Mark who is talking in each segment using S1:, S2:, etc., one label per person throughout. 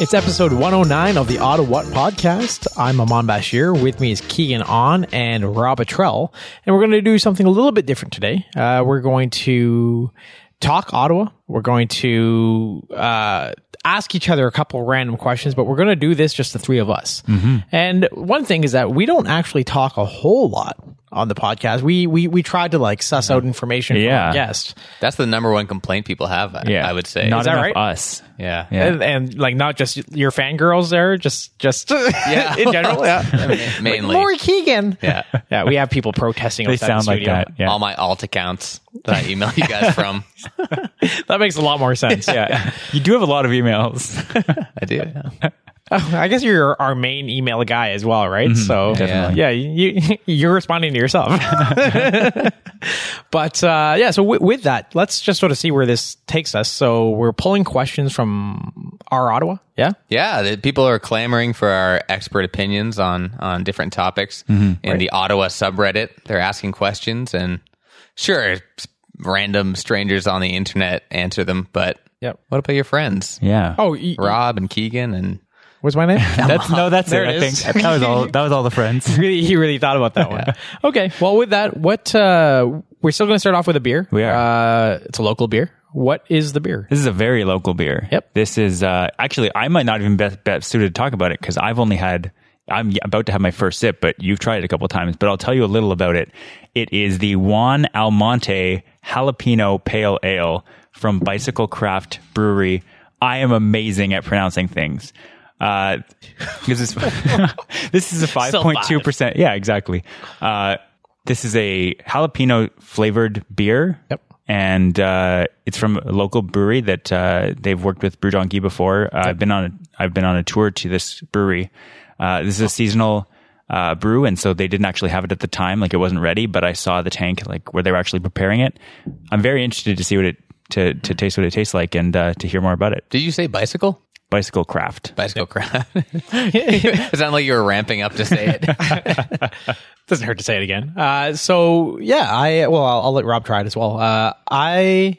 S1: It's episode 109 of the Auto What podcast. I'm Amon Bashir. With me is Keegan On and Rob Atrell. And we're going to do something a little bit different today. Uh, we're going to talk Ottawa. We're going to uh, ask each other a couple random questions, but we're going to do this just the three of us.
S2: Mm-hmm.
S1: And one thing is that we don't actually talk a whole lot on the podcast. We we, we tried to like suss out information from
S2: Yeah.
S1: our guest.
S3: That's the number one complaint people have. I, I would say.
S2: Not
S3: Is that-
S1: that
S2: enough
S1: right?
S2: us.
S3: yeah.
S2: Yeah.
S1: And, and like not just your fangirls there, just just yeah. in general. Yeah.
S3: Ma- Mainly.
S1: Lori Keegan.
S3: yeah.
S1: Yeah, we have people protesting.
S2: They
S1: outside the
S2: sound like
S1: studio.
S2: that. Yeah.
S3: All my alt accounts that I email you guys from.
S1: That makes a lot more sense.
S2: yeah. you do have a lot of emails.
S3: I do. yeah.
S1: Oh, I guess you're our main email guy as well, right?
S2: Mm-hmm.
S1: so
S3: definitely.
S1: yeah, you you're responding to yourself. but uh, yeah, so w- with that, let's just sort of see where this takes us. So we're pulling questions from our Ottawa. Yeah.
S3: Yeah, the, people are clamoring for our expert opinions on on different topics in the Ottawa subreddit. They're asking questions, and sure, s- random strangers on the internet answer them. But
S1: Yep.
S3: what about your friends,
S2: yeah.
S1: Oh, y-
S3: Rob and Keegan? And
S1: what's my name?
S2: that's no, that's
S3: There
S2: it.
S3: it
S2: I think
S3: is.
S2: that was all. That was all the friends.
S1: really he really thought about that one. Okay. Well, with that, what uh, we're still going to start off with a beer.
S2: We are.
S1: Uh, it's a local beer. What is the beer?
S2: This is a very local beer.
S1: Yep.
S2: This is uh, actually I might not even be best suited to talk about it because I've only had. I'm about to have my first sip, but you've tried it a couple times. But I'll tell you a little about it. It is the Juan Almonte Jalapeno Pale Ale from Bicycle Craft Brewery. I am amazing at pronouncing things. Uh, this is this is a five point two percent. Yeah, exactly. Uh, this is a jalapeno flavored beer.
S1: Yep.
S2: And uh, it's from a local brewery that uh, they've worked with Brew Donkey before. Uh, I've been on a, I've been on a tour to this brewery. Uh, this is a seasonal uh, brew, and so they didn't actually have it at the time, like it wasn't ready. But I saw the tank, like where they were actually preparing it. I'm very interested to see what it to to taste what it tastes like and uh, to hear more about it.
S3: did you say bicycle?
S2: Bicycle Craft.
S3: Bicycle crap. it sounded like you were ramping up to say it.
S1: doesn't hurt to say it again. Uh, so yeah, I well, I'll, I'll let Rob try it as well. Uh, I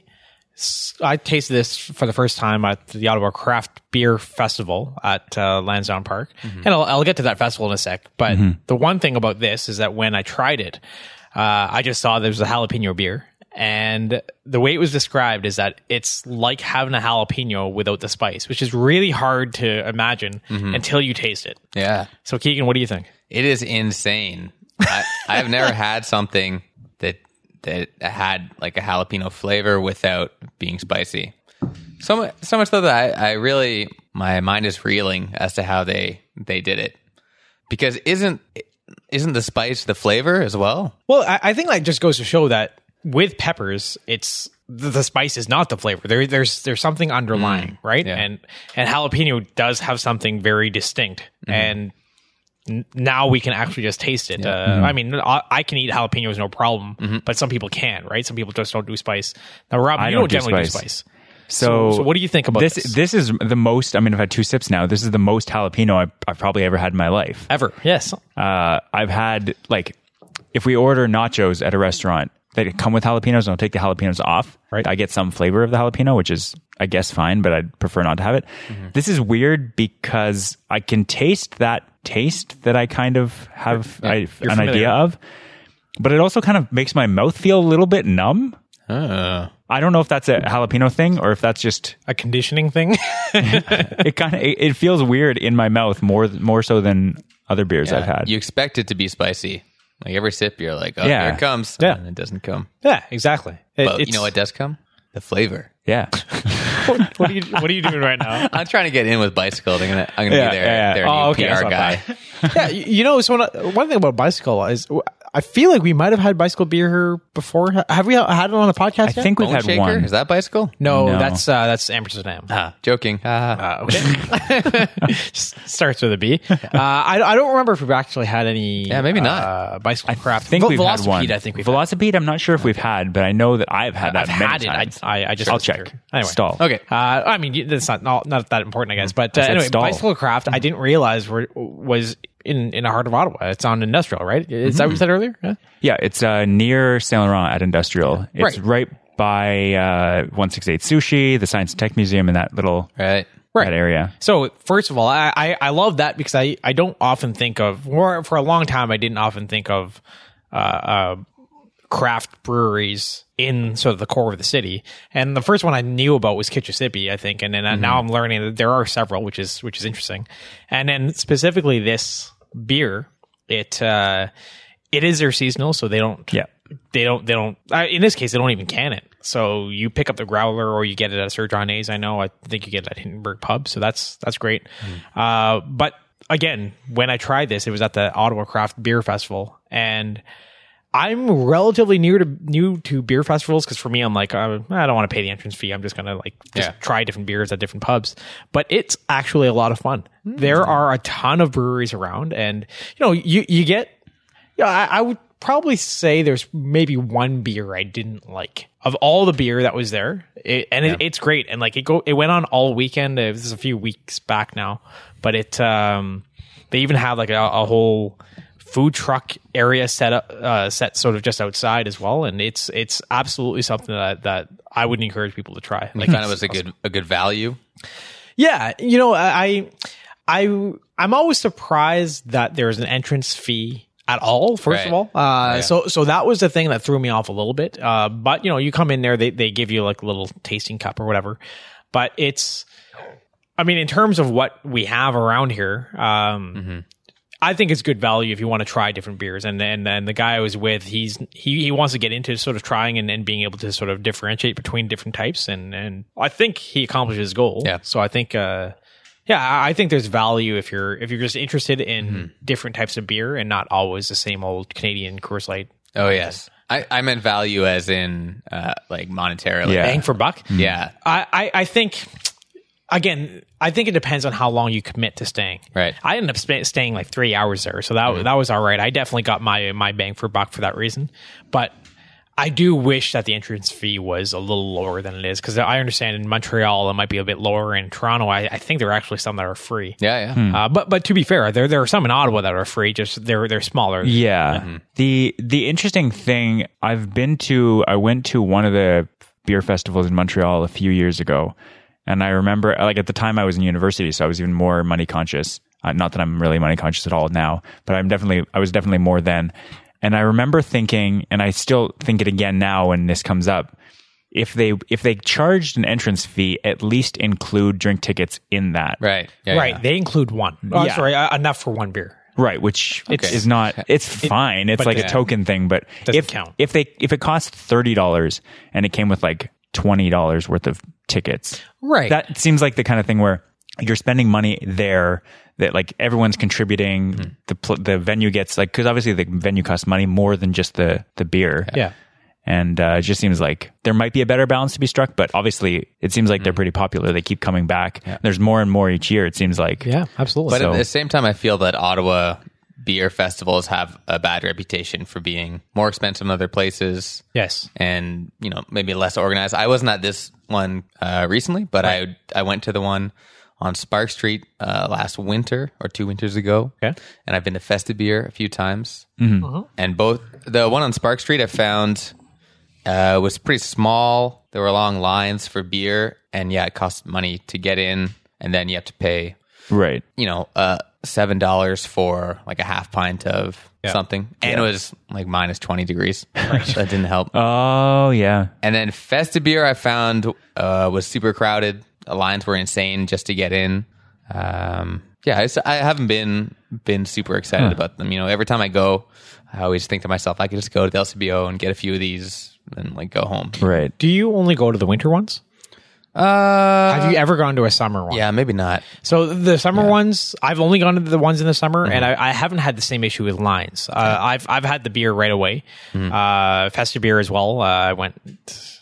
S1: s- I tasted this for the first time at the Ottawa Craft Beer Festival at uh, Lansdowne Park, and I'll, I'll get to that festival in a sec. But the one thing about this is that when I tried it, uh, I just saw there was a jalapeno beer. And the way it was described is that it's like having a jalapeno without the spice, which is really hard to imagine until you taste it.
S3: Yeah.
S1: So, Keegan, what do you think?
S3: It is insane. I, I've never had something that that had like a jalapeno flavor without being spicy. So much, so much so that I, I really my mind is reeling as to how they they did it because isn't isn't the spice the flavor as well?
S1: Well, I, I think that just goes to show that with peppers, it's the, the spice is not the flavor. There, there's there's something underlying,
S2: Mm.
S1: right? And and jalapeno does have something very distinct,
S2: Mm-hmm.
S1: and n- now we can actually just taste it. Uh,
S2: Mm-hmm.
S1: I mean, I, I can eat jalapenos no problem, but some people can't, right? Some people just don't do spice. Now, Rob, you don't,
S2: don't do
S1: generally do
S2: spice.
S1: spice.
S2: So,
S1: So- so what do you think about this?
S2: this? is the most. I mean, I've had two sips now. This is the most jalapeno I've, I've probably ever had in my life.
S1: Ever, yes,
S2: Uh, I've had like, if we order nachos at a restaurant that come with jalapenos, and I'll take the jalapenos off.
S1: Right.
S2: I get some flavor of the jalapeno, which is I guess fine, but I'd prefer not to have it.
S1: Mm-hmm.
S2: This is weird because I can taste that taste that I kind of have I, an
S1: familiar.
S2: idea of, but it also kind of makes my mouth feel a little bit numb.
S1: Ah.
S2: I don't know if that's a jalapeno thing or if that's just
S1: a conditioning thing.
S2: it kind of it, it feels weird in my mouth more more so than other beers I've had.
S3: You expect it to be spicy. Like every sip, you're like, oh,
S2: Yeah.
S3: here it comes.
S1: Yeah.
S3: And it doesn't come.
S1: yeah, exactly. It-
S3: But you
S1: it's-
S3: know what does come? The flavor.
S2: yeah.
S1: what, what are you what are you doing right now?
S3: I'm trying to get in with bicycle. I'm gonna, I'm gonna
S2: Yeah,
S3: be their,
S2: yeah, yeah.
S3: their
S1: Oh,
S3: new
S1: okay, that's
S3: PR
S1: not
S3: guy.
S1: yeah, y- you know, so one, one thing about bicycle is I feel like we might have had bicycle beer here before. Ha- Have we had it on a podcast?
S2: I think we've
S3: Bone
S2: had
S3: shaker?
S2: one.
S3: Is that bicycle?
S1: no,
S2: No.
S1: That's uh, that's Amsterdam.
S3: Ah, joking. Ah.
S1: Just starts with a B. Uh, I, I don't remember if we actually had any.
S3: Yeah, maybe not.
S1: Uh, bicycle
S2: I
S1: craft.
S2: think
S1: Vel-
S2: we've had one.
S1: Velocipede, I think we've had.
S2: Velocipede. I'm not sure if we've had, but I know that I've had that.
S1: I've
S2: many
S1: had it. I-
S2: times.
S1: I- I just
S2: I'll
S1: wasn't
S2: check.
S1: sure. Anyway.
S2: stall.
S3: Okay.
S1: Uh, I mean, you- that's not, not not that important, I guess. But uh,
S2: said
S1: anyway,
S2: stall. Mm.
S1: bicycle craft. I didn't realize were, was in in the heart of Ottawa. It's on industrial, right? Is
S2: Mm-hmm.
S1: that what you said earlier? Yeah.
S2: Yeah, it's uh, near Saint Laurent at Industrial. It's
S1: Right.
S2: right by uh, 168 Sushi, the Science and Tech Museum, and that little
S3: Right.
S2: that area.
S1: So first of all, I, I, I love that because I, I don't often think of or for a long time I didn't often think of uh, uh, craft breweries in sort of the core of the city. And the first one I knew about was Kitchissippi, I think, and then uh now I'm learning that there are several, which is which is interesting. And then specifically this beer, it uh, it is their seasonal, so they don't
S2: Yeah.
S1: they don't they don't I, in this case they don't even can it so you pick up the growler or you get it at sir john a's i know i think you get it at hindenburg pub so that's that's great uh, but again when i tried this it was at the ottawa craft beer festival and i'm relatively new to new to beer festivals because for me i'm like uh, i don't want to pay the entrance fee i'm just gonna like just
S3: Yeah.
S1: try different beers at different pubs but it's actually a lot of fun there are a ton of breweries around and you know you you get yeah, I, I would probably say there's maybe one beer I didn't like of all the beer that was there, it, and it, it's great. And like it go, it went on all weekend. It was a few weeks back now, but it um, they even had like a, a whole food truck area set up uh, set sort of just outside as well. And it's it's absolutely something that that I would encourage people to try. Like
S3: Kind of was a good a good value.
S1: yeah, you know, I, I, I'm always surprised that there's an entrance fee at all. First of
S3: Right.
S1: all, uh, so so that was the thing that threw me off a little bit. Uh, but you know, you come in there, they they give you like a little tasting cup or whatever. But it's, I mean, in terms of what we have around here, um, I think it's good value if you want to try different beers. And and, and the guy I was with, he's he, he wants to get into sort of trying and, and being able to sort of differentiate between different types. And and I think he accomplished his goal.
S3: Yeah.
S1: So I think uh, yeah, I- I think there's value if you're if you're just interested in different types of beer and not always the same old Canadian Coors Light
S3: Oh yes, I, I meant value as in uh, like monetarily.
S2: Yeah.
S1: bang for buck.
S3: yeah, Mm-hmm.
S1: I, I, I think again, I think it depends on how long you commit to staying.
S3: Right.
S1: I ended up sp- staying like three hours there, so that that was all right. I definitely got my my bang for buck for that reason, but. I do wish that the entrance fee was a little lower than it is because I understand in Montreal it might be a bit lower. In Toronto, I, I think there are actually some that are free.
S3: yeah, yeah.
S1: Uh, but but to be fair, there there are some in Ottawa that are free. Just they're they're smaller.
S2: Yeah. The the interesting thing I've been to I went to one of the beer festivals in Montreal a few years ago and I remember like at the time I was in university so I was even more money conscious. Uh, not that I'm really money conscious at all now, but I'm definitely I was definitely more then. And I remember thinking and I still think it again now when this comes up if they if they charged an entrance fee at least include drink tickets in that.
S3: Right. Yeah,
S1: right.
S3: yeah.
S1: They include one. Oh,
S2: Yeah.
S1: Sorry, uh, enough for one beer.
S2: Right, which
S3: Okay.
S2: is not it's fine. It's
S1: but
S2: like a
S1: doesn't-
S2: token thing, but
S1: Doesn't
S2: if
S1: count.
S2: if they if it costs thirty dollars and it came with like twenty dollars worth of tickets,
S1: Right.
S2: that seems like the kind of thing where you're spending money there that like everyone's contributing.
S1: Hmm.
S2: The pl- the venue gets like because obviously the venue costs money more than just the the beer.
S1: yeah.
S2: And uh, it just seems like there might be a better balance to be struck, but obviously it seems
S1: Hmm.
S2: like they're pretty popular. They keep coming back. There's more and more each year. It seems like
S1: Yeah. Absolutely.
S3: But
S2: So-
S3: at the same time, I feel that Ottawa beer festivals have a bad reputation for being more expensive than other places
S1: yes.
S3: and you know maybe less organized. I wasn't at this one uh, recently, but I I went to the one on Spark Street uh, last winter or two winters ago.
S1: Okay.
S3: and I've been to Festa Beer a few times, mm-hmm. and both the one on Spark Street I found uh, was pretty small. There were long lines for beer, and yeah, it cost money to get in, and then you have to pay
S2: right.
S3: you know, uh, seven dollars for like a half pint of something, and it was like minus twenty degrees. that didn't help.
S2: Oh yeah,
S3: and then Festibeer, I found uh, was super crowded. The lines were insane just to get in. Um, yeah, it's, I haven't been been super excited about them. You know, every time I go, I always think to myself, I could just go to the LCBO and get a few of these and like go home.
S2: right.
S1: Do you only go to the winter ones?
S3: Uh,
S1: Have you ever gone to a summer one?
S3: yeah, maybe not.
S1: So the summer ones, I've only gone to the ones in the summer, and
S3: Mm-hmm.
S1: I, I haven't had the same issue with lines. Uh, I've I've had the beer right away,
S3: Mm-hmm.
S1: uh, Festa beer as well. Uh, I went.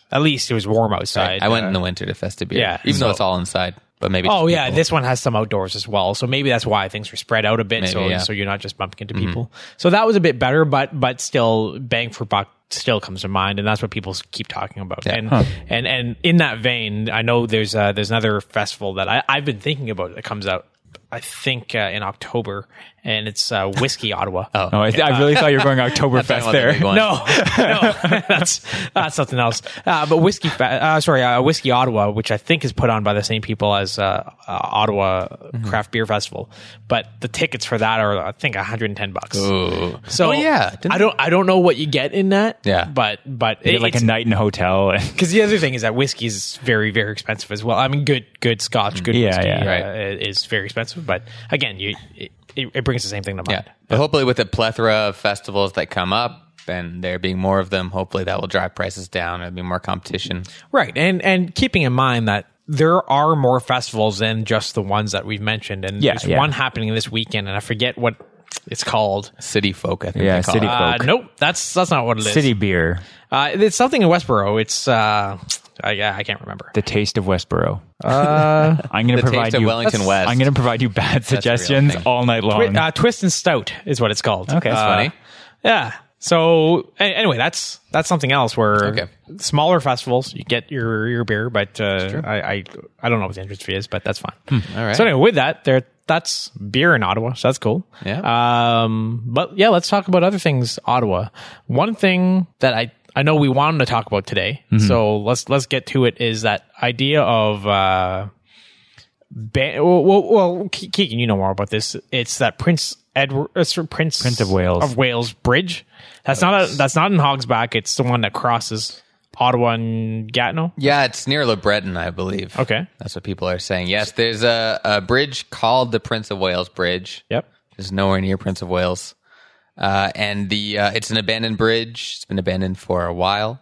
S1: At least it was warm outside.
S3: I went in the winter to Festibeer.
S1: uh, yeah,
S3: even though
S1: so-
S3: it's all inside, but maybe.
S1: Oh
S3: just
S1: yeah,
S3: people.
S1: this one has some outdoors as well, so maybe that's why things were spread out a bit, so
S3: Maybe, yeah. Mm-hmm.
S1: so you're not just bumping into people. So that was a bit better, but but still, bang for buck still comes to mind, and that's what people s- keep talking about. And and and in that vein, I know there's uh, there's another festival that I, I've been thinking about that comes out, I think uh, in October, and it's uh, whiskey Ottawa.
S3: Oh,
S2: Oh, I, th- I really thought you were going
S3: Talking
S2: Oktoberfest
S3: about the
S2: there.
S3: big one.
S1: No, no, that's that's something else. Uh, but whiskey, Fe- uh, sorry, uh, whiskey Ottawa, which I think is put on by the same people as uh, uh, Ottawa Craft Beer Festival, but the tickets for that are I think 110 bucks.
S3: Ooh.
S1: So
S3: Oh, yeah. Didn't-
S1: I don't I don't know what you get in that.
S3: Yeah.
S1: but but
S2: You get, like a night in a hotel.
S1: because the other thing is that whiskey is very very expensive as well. I mean, good good Scotch, good
S2: Yeah,
S1: whiskey
S2: yeah.
S1: uh,
S3: Right.
S1: is very expensive. But again, you it, it brings the same thing to
S3: Yeah.
S1: mind.
S3: But hopefully, with the plethora of festivals that come up and there being more of them, hopefully that will drive prices down. It'll be more competition.
S1: Right. And and keeping in mind that there are more festivals than just the ones that we've mentioned. And
S2: Yeah,
S1: there's
S2: yeah.
S1: one happening this weekend and I forget what it's called.
S3: City folk, I think.
S2: Yeah,
S3: they call
S2: city
S3: it.
S2: folk.
S1: Uh, nope, that's that's not what it is.
S2: City beer,
S1: Uh, it's something in Westboro. It's uh I, I can't remember.
S2: the taste of Westboro. I'm going to
S3: The
S2: provide
S3: taste of
S2: you.
S3: Wellington West.
S2: I'm going to provide you bad suggestions
S3: thing.
S2: all night long.
S1: Twi- uh, Twist and Stout is what it's called.
S2: Okay. That's
S1: Uh,
S3: funny.
S1: Yeah. So a- anyway, that's that's something else where
S3: Okay.
S1: smaller festivals you get your your beer, but uh, I, I I don't know what the entrance fee is, but that's fine.
S3: Hmm. All right.
S1: So anyway, with that, there that's beer in Ottawa, so that's cool.
S3: Yeah.
S1: Um, but yeah, let's talk about other things. Ottawa. One thing that I I know we wanted to talk about today,
S3: Mm-hmm.
S1: so let's let's get to it. Is that idea of uh, ban- well, well, well, Ke- Keegan, you know more about this. It's that Prince Edward, uh, sorry, Prince Prince
S2: of Wales.
S1: of Wales Bridge. That's not a, that's not in Hogsback. It's the one that crosses Ottawa and Gatineau.
S3: Yeah, it's near Le Breton, I believe.
S1: Okay.
S3: That's what people are saying. Yes, there's a, a bridge called the Prince of Wales Bridge.
S1: Yep.
S3: It's nowhere near Prince of Wales. Uh, and the uh, it's an abandoned bridge. It's been abandoned for a while.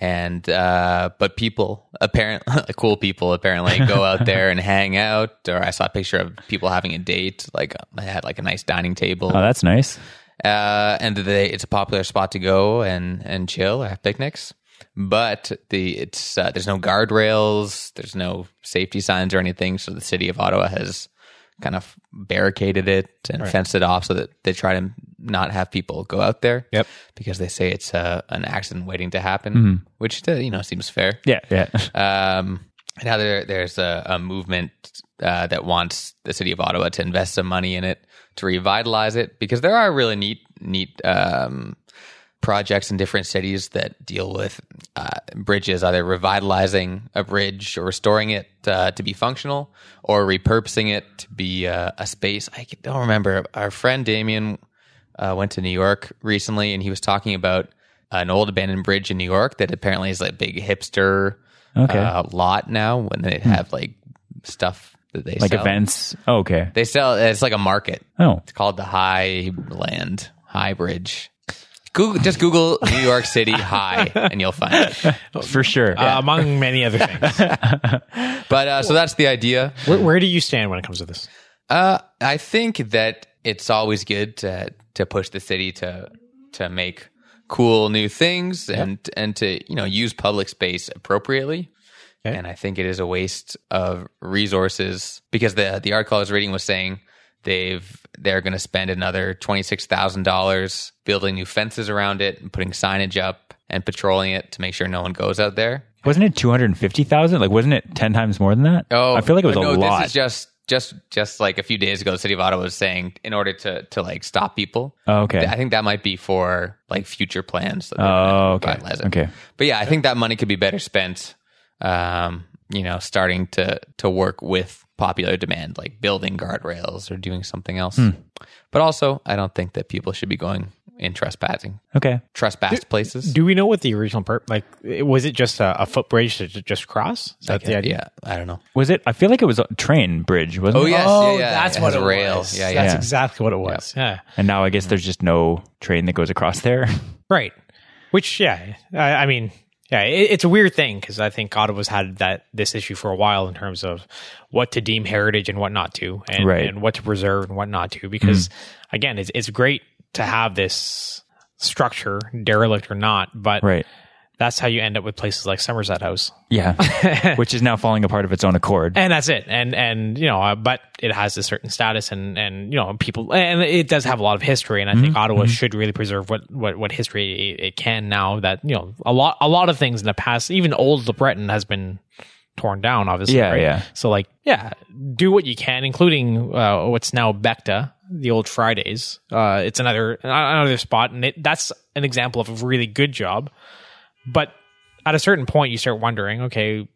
S3: And uh, but people apparently cool people apparently go out there and hang out. Or I saw a picture of people having a date. Like they had like a nice dining table,
S2: oh, that's nice.
S3: uh, and they it's a popular spot to go and and chill or have picnics. But the it's uh, there's no guardrails, there's no safety signs or anything. So the city of Ottawa has kind of barricaded it and fenced it off so that they try to not have people go out there.
S1: Yep.
S3: because they say it's uh, an accident waiting to happen, which uh, you know seems fair.
S2: Yeah,
S1: Uh,
S2: yeah.
S3: Um, and now there, there's a, a movement uh, that wants the city of Ottawa to invest some money in it to revitalize it because there are really neat, neat um, projects in different cities that deal with uh, bridges, either revitalizing a bridge or restoring it uh, to be functional or repurposing it to be uh, a space. I don't remember. Our friend Damien uh, went to New York recently, and he was talking about an old abandoned bridge in New York that apparently is like big hipster
S2: Okay. Hmm.
S3: uh, lot now. When they have like stuff that they
S2: Like
S3: sell.
S2: events. Oh, okay.
S3: they sell. It's like a market.
S2: Oh,
S3: It's called the High Land High Bridge. Google, just Google New York City High, and you'll find it.
S2: for sure.
S1: Uh, among many other things.
S3: But uh, so that's the idea.
S1: where, where do you stand when it comes to this?
S3: Uh, I think that it's always good to to push the city to to make cool new things and and to you know use public space appropriately.
S1: Okay.
S3: And I think it is a waste of resources because the the article I was reading was saying they've they're going to spend another twenty six thousand dollars building new fences around it and putting signage up and patrolling it to make sure no one goes out there.
S2: wasn't it 250,000? Like, wasn't it 10 times more than that?
S3: Oh,
S2: I feel like it was
S3: no,
S2: a
S3: This
S2: lot.
S3: is just just just like a few days ago, the city of Ottawa was saying in order to to like stop people.
S2: Oh, okay.
S3: I think that might be for like future plans. That they're gonna
S2: oh, okay.
S3: revitalize it.
S2: Okay.
S3: But yeah, I think that money could be better spent. Um, you know, starting to to work with popular demand, like building guardrails or doing something else.
S2: Hmm.
S3: But also, I don't think that people should be going in trespassing
S2: Okay.
S3: trespassed places.
S1: Do we know what the original purpose? Like, it- was it just a, a footbridge to just cross? Is that the idea?
S3: yeah, I don't know.
S2: Was it? I feel like it was a train bridge, wasn't
S3: Oh
S2: it?
S3: yes, yeah, yeah.
S1: that's
S3: it
S1: what
S3: has
S1: it
S3: rails.
S1: was.
S3: Yeah, yeah.
S1: That's
S2: yeah.
S1: exactly what it was. Yeah.
S2: And now I guess there's just no train that goes across there.
S1: Right. Which, yeah, I, I mean, yeah, it, it's a weird thing because I think Ottawa's had that this issue for a while in terms of what to deem heritage and what not to, and,
S2: Right. Mm-hmm.
S1: and what to preserve and what not to. Because again, it's it's great to have this structure, derelict or not, but
S2: right.
S1: that's how you end up with places like Somerset House,
S2: Yeah. Which is now falling apart of its own accord.
S1: and that's it. And and you know, uh, but it has a certain status, and and you know, people, and it does have a lot of history. And I
S2: Mm-hmm.
S1: think Ottawa should really preserve what what what history it, it can now. That you know, a lot a lot of things in the past, even old Le Breton has been torn down, obviously.
S2: Yeah,
S1: right?
S2: yeah.
S1: So like, yeah, do what you can, including uh, what's now Becta, the old Fridays. Uh, it's another another spot, and it, that's an example of a really good job. But at a certain point, you start wondering, okay,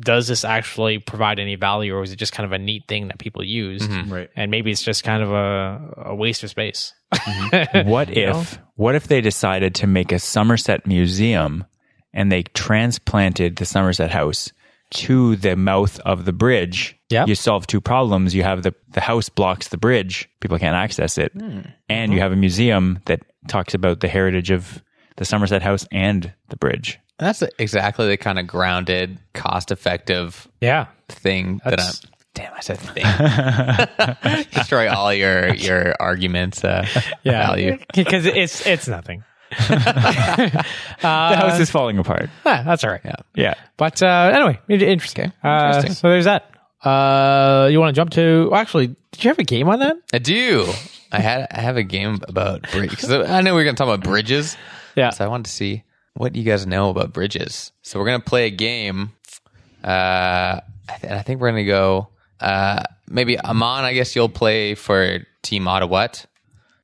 S1: does this actually provide any value, or is it just kind of a neat thing that people use?
S3: Mm-hmm.
S2: Right.
S1: And maybe it's just kind of a, a waste of space.
S2: What if what if they decided to make a Somerset museum and they transplanted the Somerset house to the mouth of the bridge?
S1: Yep.
S2: You solve two problems. You have the the house blocks the bridge, people can't access it. And you have a museum that talks about the heritage of the Somerset house and the bridge.
S3: That's exactly the kind of grounded, cost effective
S1: Yeah.
S3: thing
S1: That's-
S3: that I'm. Damn, I said thing. Destroy all your your arguments. Uh,
S1: Yeah.
S3: value.
S1: Because it's it's nothing.
S2: the house is falling apart.
S1: Ah, that's all right. Yeah.
S2: Yeah.
S1: But uh, anyway, it- interesting. Uh,
S3: Interesting.
S1: so there's that. Uh, you want to jump to? well, Actually, did you have a game on that?
S3: I do. I had I have a game about bridges. I know we are gonna talk about bridges.
S1: Yeah.
S3: So I wanted to see what you guys know about bridges. So we're gonna play a game. Uh, I th- I think we're gonna go. Uh, maybe Amon. I guess you'll play for Team Ottawa
S2: Good.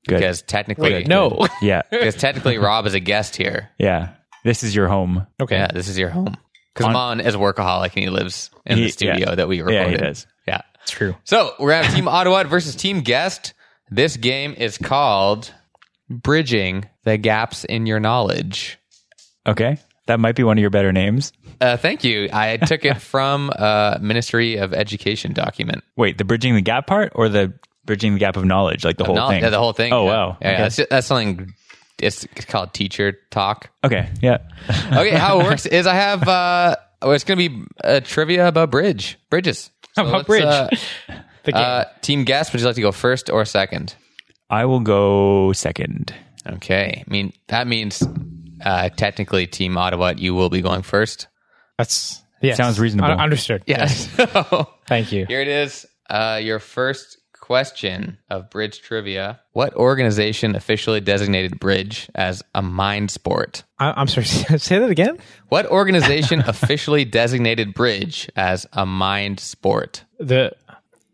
S3: because technically
S1: no.
S2: yeah.
S3: because technically Rob is a guest here.
S2: Yeah. This is your home.
S1: Okay.
S3: Yeah, this is your home. Because
S2: On-
S3: Amon is a workaholic and he lives in
S2: He-
S3: the studio
S2: yeah.
S3: that we recorded.
S2: does.
S3: Yeah.
S1: True.
S3: So we're gonna have Team Ottawa versus Team Guest. This game is called Bridging the Gaps in Your Knowledge.
S2: Okay. That might be one of your better names.
S3: Uh, thank you. I took it from a Ministry of Education document.
S2: Wait, the bridging the gap part or the bridging the gap of knowledge, like the whole
S3: Knowl-
S2: thing?
S3: yeah, the whole thing.
S2: Oh,
S3: yeah.
S2: wow.
S3: Yeah, yeah,
S2: Okay.
S3: that's, that's something. It's called teacher talk.
S2: Okay. Yeah.
S3: Okay, how it works is I have. Uh, oh, it's gonna be uh, trivia about bridge bridges. So
S1: About
S3: let's,
S1: bridge.
S3: uh,
S1: The game.
S3: Uh, team guest, would you like to go first or second?
S2: I will go second.
S3: Okay. I mean, that means uh, technically, Team Ottawa, you will be going first.
S1: That's yes.
S2: sounds reasonable.
S1: Un- understood.
S3: Yes. So,
S1: Thank you.
S3: here it is. Uh, your first question of bridge trivia What organization officially designated bridge as a mind sport?
S1: I- I'm sorry. Say that again.
S3: What organization officially designated bridge as a mind sport?
S1: The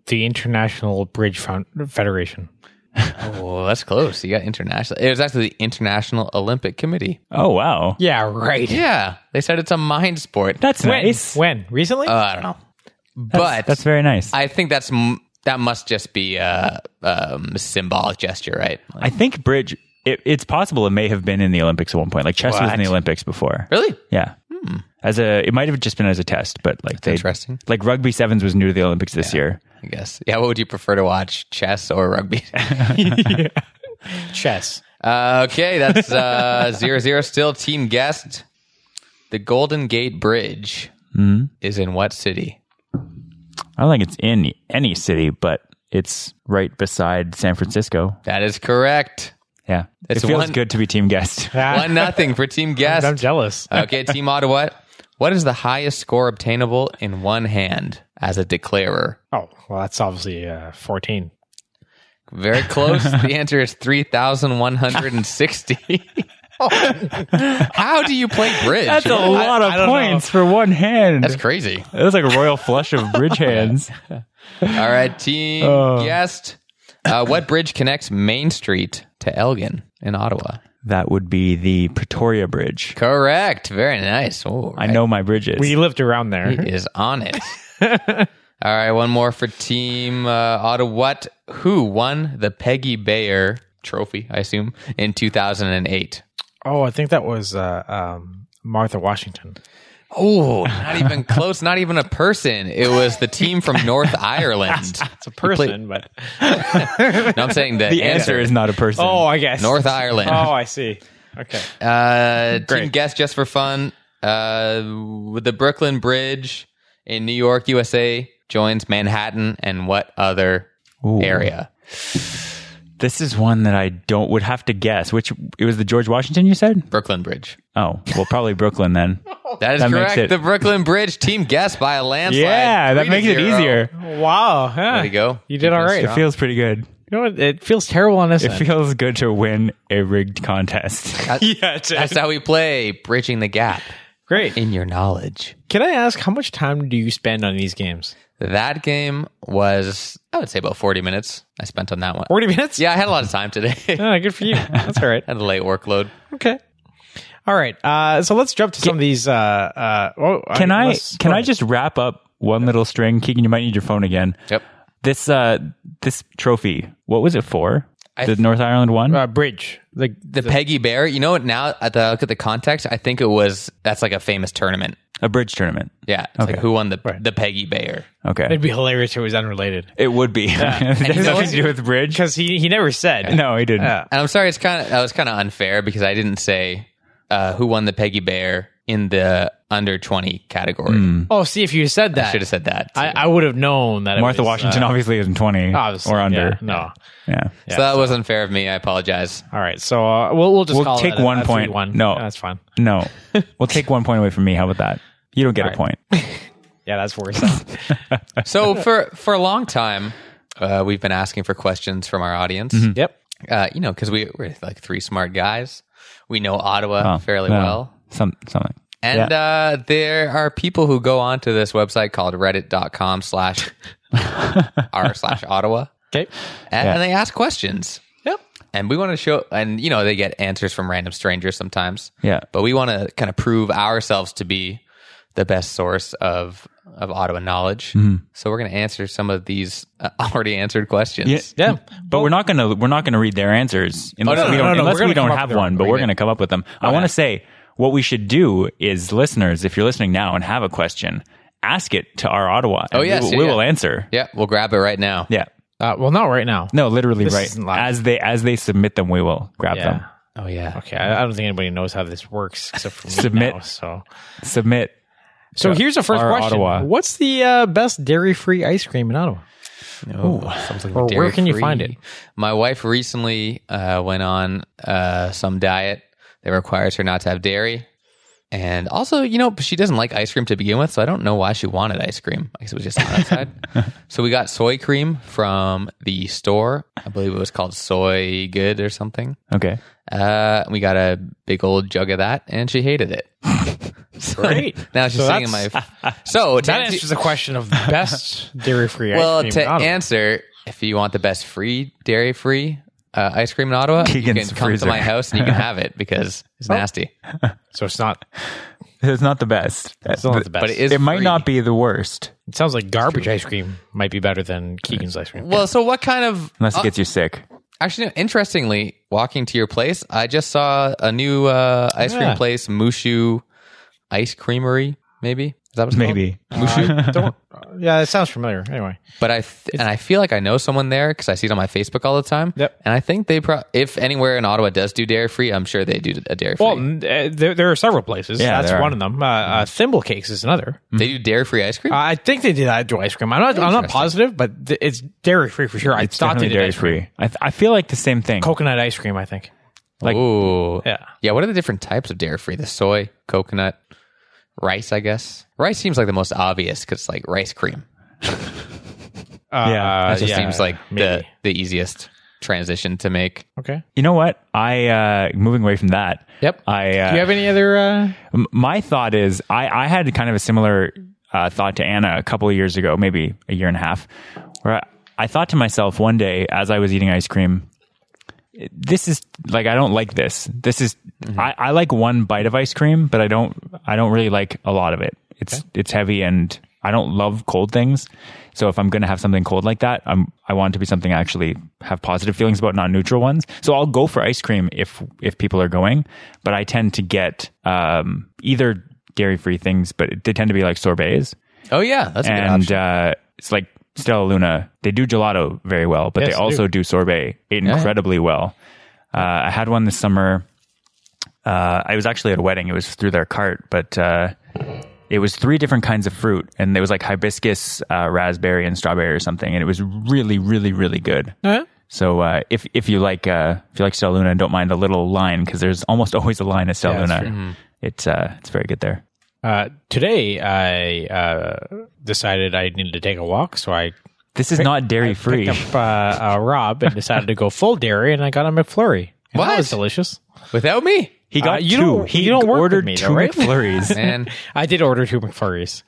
S1: the International Bridge Fon- Federation.
S3: Oh, that's close. You got international. It was actually the International Olympic Committee.
S2: Oh, wow.
S1: Yeah. Right.
S3: Yeah, they said it's a mind sport.
S2: That's
S1: When?
S2: nice.
S1: When? Recently?
S3: Uh, I don't know. But
S2: That's very nice. I,
S3: I think that's m- that must just be a um, symbolic gesture, right? Like,
S2: think bridge, it, it's possible it may have been in the Olympics at one point. Like chess was in the Olympics before.
S3: really?
S2: Yeah. As a, it might have just been as a test, but like they,
S3: Hmm. interesting.
S2: Like rugby sevens was new to the Olympics this year.
S3: I guess. Yeah. What would you prefer to watch, chess or rugby?
S1: Chess.
S3: uh, okay, that's uh, zero zero. Still, team guest. The Golden Gate Bridge is in what city?
S2: I don't think it's in any city, but it's right beside San Francisco.
S3: That is correct.
S2: Yeah.
S3: It's
S2: it feels
S3: one-
S2: good to be team guest.
S1: Ah,
S3: One nothing for team
S1: I'm
S3: guest.
S1: jealous.
S3: Okay, team Ottawa. What is the highest score obtainable in one hand as a declarer?
S1: oh well, that's obviously uh, 14.
S3: Very close. the answer is 3,160. How do you play bridge?
S2: That's a
S3: I-
S2: lot of
S1: I don't know.
S2: points for one hand.
S3: That's crazy.
S2: It was like a royal flush of bridge hands.
S3: All right, team
S2: Oh.
S3: guest. Uh, what bridge connects Main Street to Elgin in Ottawa?
S2: That would be the Pretoria Bridge.
S3: Correct. Very nice. Oh,
S2: I know my bridges.
S1: We lived around there.
S3: He is on it. All right, one more for team uh, Ottawa. Who won the Peggy Bayer Trophy? I assume in 2008.
S1: Oh, I think that was uh, um, Martha Washington.
S3: Oh, not even close. Not even a person. It was the team from North Ireland.
S1: It's a person, but
S3: No, I'm saying the,
S2: the answer is not a person.
S1: oh, I guess
S3: North Ireland.
S1: Oh, I see. Okay.
S3: Uh, team
S1: Great.
S3: guest just for fun. Uh, with the Brooklyn Bridge in New York, USA, joins Manhattan and what other
S2: Ooh.
S3: area?
S2: This is one that I don't would have to guess. Which it was the George Washington you said?
S3: Brooklyn Bridge.
S2: Oh, well, probably Brooklyn then.
S3: That is
S2: That makes
S3: correct.
S2: it-
S3: The Brooklyn Bridge team guest by a landslide.
S2: yeah, that
S3: Three to
S2: makes it
S3: zero.
S2: easier.
S1: Wow. huh.
S3: There you go.
S1: You did all right.
S2: It feels pretty good.
S1: You know what? It feels terrible on this.
S2: It
S1: end.
S2: feels good to win a rigged contest.
S1: yeah, it
S3: That's how we play bridging the gap.
S1: Great.
S3: in your knowledge.
S1: Can I ask how much time do you spend on these games?
S3: That game was, I would say, about 40 minutes I spent on that one.
S1: Forty minutes?
S3: Yeah, I had a lot of time today. had
S1: Ah, good for you. That's all right.
S3: a late workload.
S1: Okay. All right. Uh, so let's jump to some of these. Uh, uh, oh,
S2: Can I
S1: unless-
S2: can
S1: go
S2: I
S1: ahead.
S2: just wrap up one little string? Keegan, you might need your phone again.
S3: Yep.
S2: This uh this trophy, what was it for?
S3: I
S2: the
S3: th-
S2: North Ireland one?
S1: uh, bridge the
S3: The Peggy Bear, you know what? Now at the look at the context, I think it was that's like a famous tournament.
S2: a bridge tournament.
S3: Yeah, it's like who won the
S1: Right.
S3: the Peggy Bear?
S2: Okay.
S1: It'd be hilarious if it was unrelated
S2: It would be. it
S3: And you
S2: has
S3: know
S2: nothing
S3: what?
S2: to do with bridge.
S1: because he he never said.
S2: No, he didn't.
S1: Yeah.
S3: And I'm sorry, it's kind of that was kind of unfair because I didn't say uh, who won the Peggy Bear in the under 20 category.
S1: Oh, see if you said that,
S3: Should have said that. too.
S1: I, I would have known that. it
S2: Martha
S1: was,
S2: Washington
S1: uh,
S2: obviously isn't 20
S1: obviously,
S2: or
S1: yeah,
S2: under.
S1: no.
S2: Yeah.
S3: so that was unfair of me. I apologize.
S1: All right. So uh, we'll we'll just
S2: We'll
S1: call
S2: take
S1: that a-
S2: one
S1: a
S2: point.
S1: 3-1.
S2: No.
S1: that's fine.
S2: No. we'll take one point away from me. How about that? You don't get a point.
S1: Yeah, that's worse. All
S3: So for for a long time, uh, we've been asking for questions from our audience.
S1: Yep.
S3: Uh, you know, because we, we're like three smart guys. We know Ottawa
S2: Oh,
S3: fairly
S2: no.
S3: well.
S2: Some something.
S3: And uh, there are people who go onto this website called reddit.com slash r slash Ottawa.
S1: Okay.
S3: and,
S2: Yeah.
S3: and they ask questions.
S1: Yep.
S3: And we want to show, and you know, they get answers from random strangers sometimes.
S2: Yeah.
S3: But we want to kind of prove ourselves to be the best source of of Ottawa knowledge.
S2: Mm-hmm.
S3: So we're going to answer some of these uh, already answered questions.
S2: Yeah.
S1: Yeah.
S2: But we're not gonna we're not gonna read their answers unless
S1: Oh, no, no,
S2: we
S1: no,
S2: don't
S1: no, no. We're
S2: unless
S1: gonna
S2: we don't
S1: come up
S2: have
S1: with our
S2: one. But
S1: own.
S2: we're gonna come up with them. I want to say what we should do is listeners, if you're listening now and have a question, ask it to our Ottawa. and
S3: Oh,
S2: we
S3: yes,
S2: will-
S3: yeah,
S2: we
S3: yeah.
S2: will answer.
S3: Yeah, we'll grab it right now.
S2: Yeah.
S1: Uh, well, not right now.
S2: No, literally
S1: This
S2: right.
S1: isn't live.
S2: As they as they submit them, we will grab
S1: Yeah.
S2: them.
S3: Oh yeah.
S1: Okay. I, I don't think anybody knows how this works except for me
S2: Submit.
S1: now, so.
S2: Submit.
S1: So here's the first
S2: our
S1: question.
S2: Ottawa.
S1: What's the uh, best dairy-free ice cream in Ottawa? Or where can you find it?
S3: Oh, My wife recently uh, went on uh, some diet that requires her not to have dairy. And also, you know, she doesn't like ice cream to begin with, so I don't know why she wanted ice cream. I guess it was just on outside. so we got soy cream from the store. I believe it was called Soy Good or something.
S2: Okay.
S3: Uh, we got a big old jug of that, and she hated it. So
S1: Great.
S3: Now she's
S1: So
S3: singing my.
S1: that's-
S3: So to
S1: That
S3: answer-
S1: answers the question of best dairy-free ice
S3: well,
S1: cream.
S3: to
S1: in Ottawa.
S3: answer, if you want the best free dairy free uh, ice cream in Ottawa, you
S2: Keegan's
S3: can come
S2: freezer.
S3: to my house and you can have it because
S1: Oh.
S3: it's nasty.
S1: so it's not.
S2: It's not the best.
S1: It's not the best.
S3: But it is.
S2: it might
S3: free.
S2: not be the worst
S1: It sounds like garbage ice cream might be better than Keegan's ice cream.
S3: Well, so what kind of?
S2: unless it
S3: uh,
S2: gets you sick.
S3: actually, no, interestingly, walking to your place, I just saw a new uh, ice
S1: Yeah.
S3: cream place, Mushu Ice Creamery. Maybe is that what it's called?
S2: Maybe.
S1: Uh, don't. Yeah, it sounds familiar. Anyway,
S3: But I th- and I feel like I know someone there because I see it on my Facebook all the time.
S1: Yep.
S3: And I think they pro- if anywhere in Ottawa does do dairy free, I'm sure they do a dairy free.
S1: well, n- uh, there, there are several places.
S2: Yeah,
S1: that's
S2: there are.
S1: one of them. Uh, uh, Thimble Cakes is another.
S3: they do dairy free ice cream.
S1: Uh, I think they did that do ice cream. I'm not. I'm not
S3: Interesting.
S1: positive, but th- it's dairy free for sure. I
S2: It's
S1: thought they
S2: definitely
S1: did
S2: dairy
S1: ice cream.
S2: free. I, th- I feel like the same thing.
S1: coconut ice cream. I think.
S2: like-
S3: Ooh.
S1: Yeah.
S3: Yeah, what are the different types of dairy free? The soy, coconut, rice, I guess. Rice seems like the most obvious because it's like rice cream.
S1: Uh,
S2: Yeah,
S3: That just seems like the,
S1: maybe.
S3: the easiest transition to make.
S1: okay.
S2: You know what? I uh moving away from that.
S1: Yep.
S2: I uh,
S1: Do you have any other? Uh,
S2: m- my thought is I I had kind of a similar uh, thought to Anna a couple of years ago, maybe a year and a half, where I, I thought to myself one day as I was eating ice cream, this is like I don't like this. This is I, I like one bite of ice cream, but I don't I don't really like a lot of it. It's it's heavy and I don't love cold things. So if I'm gonna have something cold like that, I'm I want it to be something I actually have positive feelings about, not neutral ones. So I'll go for ice cream if if people are going, but I tend to get um, either dairy free things, but they tend to be like sorbets
S3: Oh, yeah. That's a good
S2: and
S3: option.
S2: uh, it's like Stella Luna. They do gelato very well, but
S1: Yes,
S2: they
S1: they
S2: also do, sorbet incredibly well. Uh, I had one this summer. Uh, I was actually at a wedding. It was through their cart, but uh, it was three different kinds of fruit, and there was like hibiscus, uh, raspberry, and strawberry or something, and it was really, really, really good.
S1: Oh,
S2: So uh, if if you like uh, if you like Stella Luna, don't mind a little line because there's almost always a line at Stella
S1: that's Mm-hmm.
S2: Luna. It's uh, it's very good there.
S1: Uh, today I uh, decided I needed to take a walk, so I
S2: This is not dairy free.
S1: picked up uh, uh, Rob and decided to go full dairy, and I got a McFlurry. And That
S3: What?
S1: was delicious.
S3: Without me.
S2: He
S1: Uh,
S2: got
S1: you
S2: 2
S1: don't-
S2: he
S1: you don't work with
S2: ordered
S1: me though,
S2: two
S1: right?
S2: McFlurries.
S3: Man,
S1: I did order two McFlurries.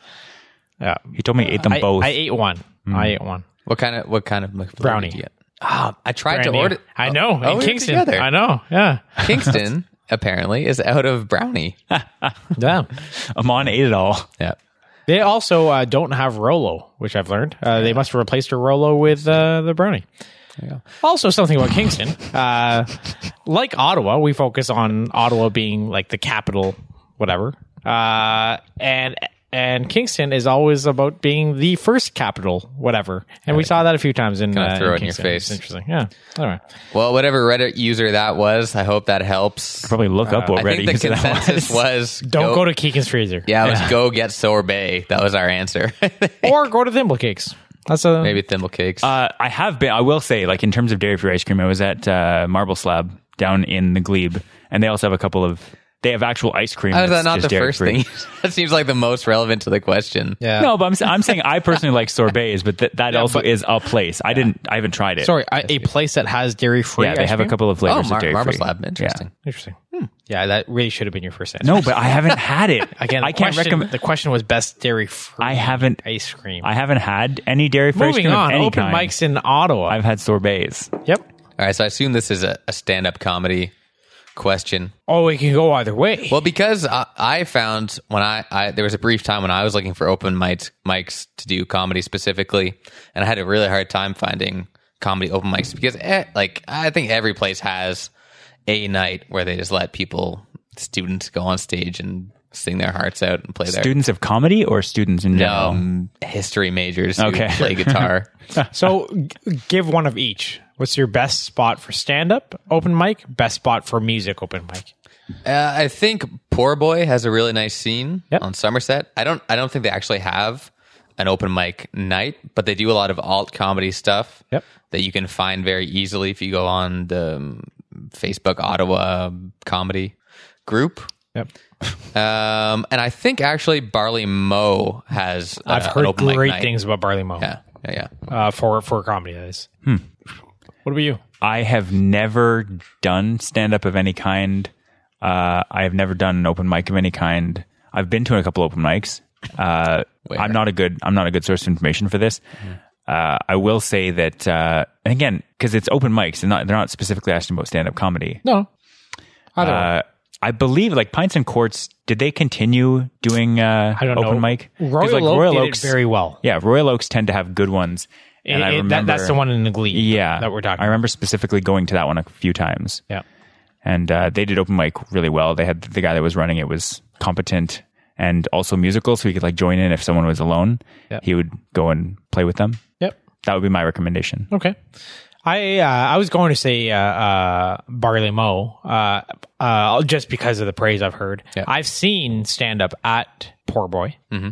S1: Yeah,
S2: he told me he ate them
S1: I,
S2: both.
S1: I ate one.
S3: Mm.
S1: I ate one.
S3: what kind of what kind of McFlurry did
S1: Brownie.
S3: you get? Ah, I tried
S1: Brand
S3: to
S1: new.
S3: order.
S1: I know.
S3: Oh,
S1: in
S3: we were
S1: Kingston.
S3: together.
S1: I know. Yeah.
S3: Kingston apparently is out of brownie.
S1: Yeah.
S2: Amon ate it all.
S3: Yeah.
S1: They also uh, don't have Rolo, which I've learned. Uh, they must have replaced a Rolo with uh, the brownie. Also, something about Kingston. Uh, like Ottawa, we focus on Ottawa being like the capital, whatever. Uh, and and Kingston is always about being the first capital, whatever. And we saw that a few times in.
S3: Kinda
S1: uh,
S3: throw it in your
S1: Kingston.
S3: face.
S1: It's interesting. Yeah. All right.
S3: Well, whatever Reddit user that was, I hope that helps.
S2: Probably look up what
S3: I
S2: Reddit
S3: think the
S2: used that
S3: consensus
S2: was.
S3: was
S1: Don't go, to Keegan's freezer.
S3: yeah, it was go get sorbet. That was our answer.
S1: Or go to Thimble Cakes. That's a
S3: Maybe thimble cakes.
S2: Uh, I have been. I will say, like in terms of dairy free ice cream, I was at uh, Marble Slab down in the Glebe, and they also have a couple of. They have actual ice cream.
S3: How is that
S2: that's
S3: not
S2: just
S3: the first
S2: dairy-free.
S3: thing? that seems like the most relevant to the question. Oh,
S1: Yeah.
S2: No, but I'm, s- I'm saying I personally like sorbets, but th- that also
S1: but-
S2: is a place. I didn't. I haven't tried it.
S1: Sorry, a, a place that has dairy free.
S2: Yeah, they have a couple of
S3: Oh,
S2: flavors
S3: Mar-
S2: of dairy
S3: Marble
S2: free.
S3: Slab. Interesting.
S1: Interesting.
S2: Hmm.
S1: Yeah, that really should have been your first answer.
S2: No, but I haven't had it.
S1: Again,
S2: I can't
S1: question,
S2: recommend.
S1: The question was best dairy free
S2: I haven't.
S1: ice cream.
S2: I haven't had any dairy free ice
S1: Moving
S2: cream of
S1: on,
S2: any
S1: open
S2: kind.
S1: mics in Ottawa.
S2: I've had sorbets.
S1: yep.
S3: All right, so I assume this is a, a stand-up comedy question.
S1: Oh, it can go either way.
S3: Well, because I, I found when I, I there was a brief time when I was looking for open mics, mics to do comedy specifically, and I had a really hard time finding comedy open mics because eh, like I think every place has a night where they just let people students go on stage and sing their hearts out and play their
S2: Students of comedy or students in general.
S3: um, history majors who
S2: Okay.
S3: play guitar.
S1: so g- give one of each. What's your best spot for stand up open mic? Best spot for music open mic?
S3: Uh, I think Poor Boy has a really nice scene
S1: Yep.
S3: on Somerset. I don't I don't think they actually have an open mic night, but they do a lot of alt comedy stuff
S1: Yep.
S3: that you can find very easily if you go on the um, Facebook Ottawa comedy group.
S1: Yep.
S3: Um, and I think actually Barley Mo has uh,
S1: I've
S3: an
S1: heard
S3: open mic
S1: great
S3: night.
S1: things about Barley Mo
S3: Yeah, yeah, yeah.
S1: uh, for for comedy. That is. Hmm. What about you?
S2: I have never done stand up of any kind. Uh, I have never done an open mic of any kind. I've been to a couple open mics. Uh, I'm not a good. I'm not a good source of information for this.
S1: Mm-hmm.
S2: Uh, I will say that uh, and again because it's open mics and not they're not specifically asking about stand up comedy.
S1: No. I don't know.
S2: Uh, I believe like Pints and Quarts. Did they continue doing uh,
S1: I don't
S2: open
S1: know.
S2: mic? 'Cause,
S1: Royal,
S2: like,
S1: Oak did it very well.
S2: yeah, Royal Oaks tend to have good ones. And
S1: It-
S2: I
S1: it- that-
S2: remember
S1: that's the one in the Glee.
S2: Yeah,
S1: that we're talking.
S2: I remember specifically going to that one a few times.
S1: About. Yeah.
S2: and uh, they did open mic really well. They had the guy that was running it was competent and also musical, so he could like join in if someone was alone.
S1: Yep.
S2: He would go and play with them.
S1: Yep.
S2: That would be my recommendation.
S1: Okay. I uh, I was going to say uh, uh, Barley Mo, uh, uh, just because of the praise I've heard.
S3: Yeah.
S1: I've seen stand up at Poor Boy. Mm-hmm.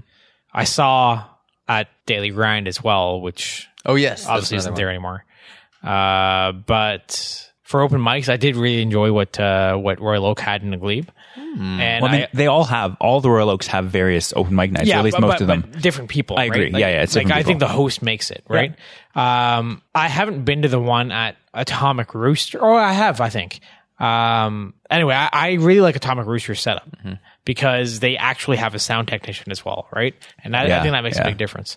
S1: I saw at Daily Grind as well, which
S3: Oh yes, that's
S1: obviously isn't
S3: another one.
S1: there anymore. Uh, but for open mics, I did really enjoy what uh, what Royal Oak had in the Glebe,
S3: Hmm.
S1: and
S2: Well,
S1: I-
S2: they, they all have all the Royal Oaks have various open mic nights, or at least
S1: but-
S2: most
S1: but-
S2: of them.
S1: but different people.
S2: I agree.
S1: right? Like-
S2: Yeah, yeah, it's
S1: like
S2: different
S1: I think the
S2: people.
S1: host makes it right. Um, I haven't been to the one at Atomic Rooster, or I have, I think. Um, anyway, I, I really like Atomic Rooster's setup
S2: Mm-hmm.
S1: because they actually have a sound technician as well, right? And I, I
S2: Yeah,
S1: think that makes
S2: yeah.
S1: a big difference.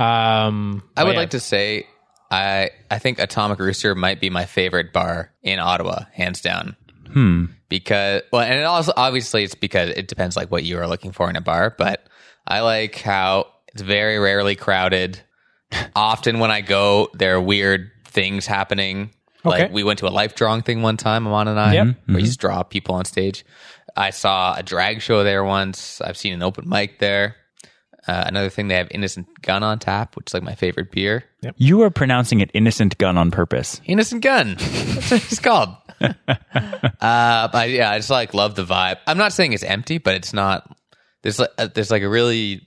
S1: Um,
S3: I would
S1: yeah.
S3: like to say I I think Atomic Rooster might be my favorite bar in Ottawa, hands down. Hmm. Because well, and it also obviously it's because it depends like what you are looking for in a bar, but I like how it's very rarely crowded. Often when I go, there are weird things happening. Like
S1: Okay.
S3: we went to a life drawing thing one time, Amon and I,
S1: Yep.
S3: where you just draw people on stage. I saw a drag show there once. I've seen an open mic there. Uh, another thing, they have Innocent Gun on tap, which is like my favorite beer.
S2: You are pronouncing it innocent gun on purpose.
S3: Innocent Gun. That's what it's called. uh, but yeah, I just like love the vibe. I'm not saying it's empty, but it's not. There's like uh, there's like a really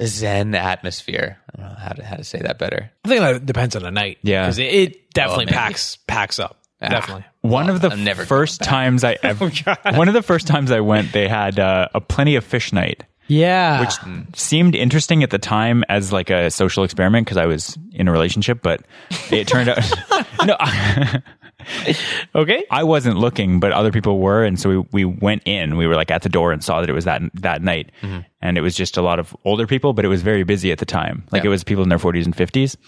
S3: zen atmosphere. I don't know how to how to say that better.
S1: I think that depends on the night.
S2: Yeah. Oh, Ah.
S1: because it, it definitely
S3: maybe.
S1: packs packs up. Definitely.
S2: One of the
S3: I'm never
S2: first times I
S1: Oh,
S2: ever, one of the first times I went, they had uh, a plenty of fish night.
S1: Yeah. Which
S2: seemed interesting at the time as like a social experiment because I was in a relationship, but it turned out no. I,
S1: Okay.
S2: I wasn't looking, but other people were, and so we, we went in. We were like at the door and saw that it was that that night,
S3: Mm-hmm.
S2: and it was just a lot of older people, but it was very busy at the time. Like
S3: Yeah.
S2: it was people in their forties and fifties.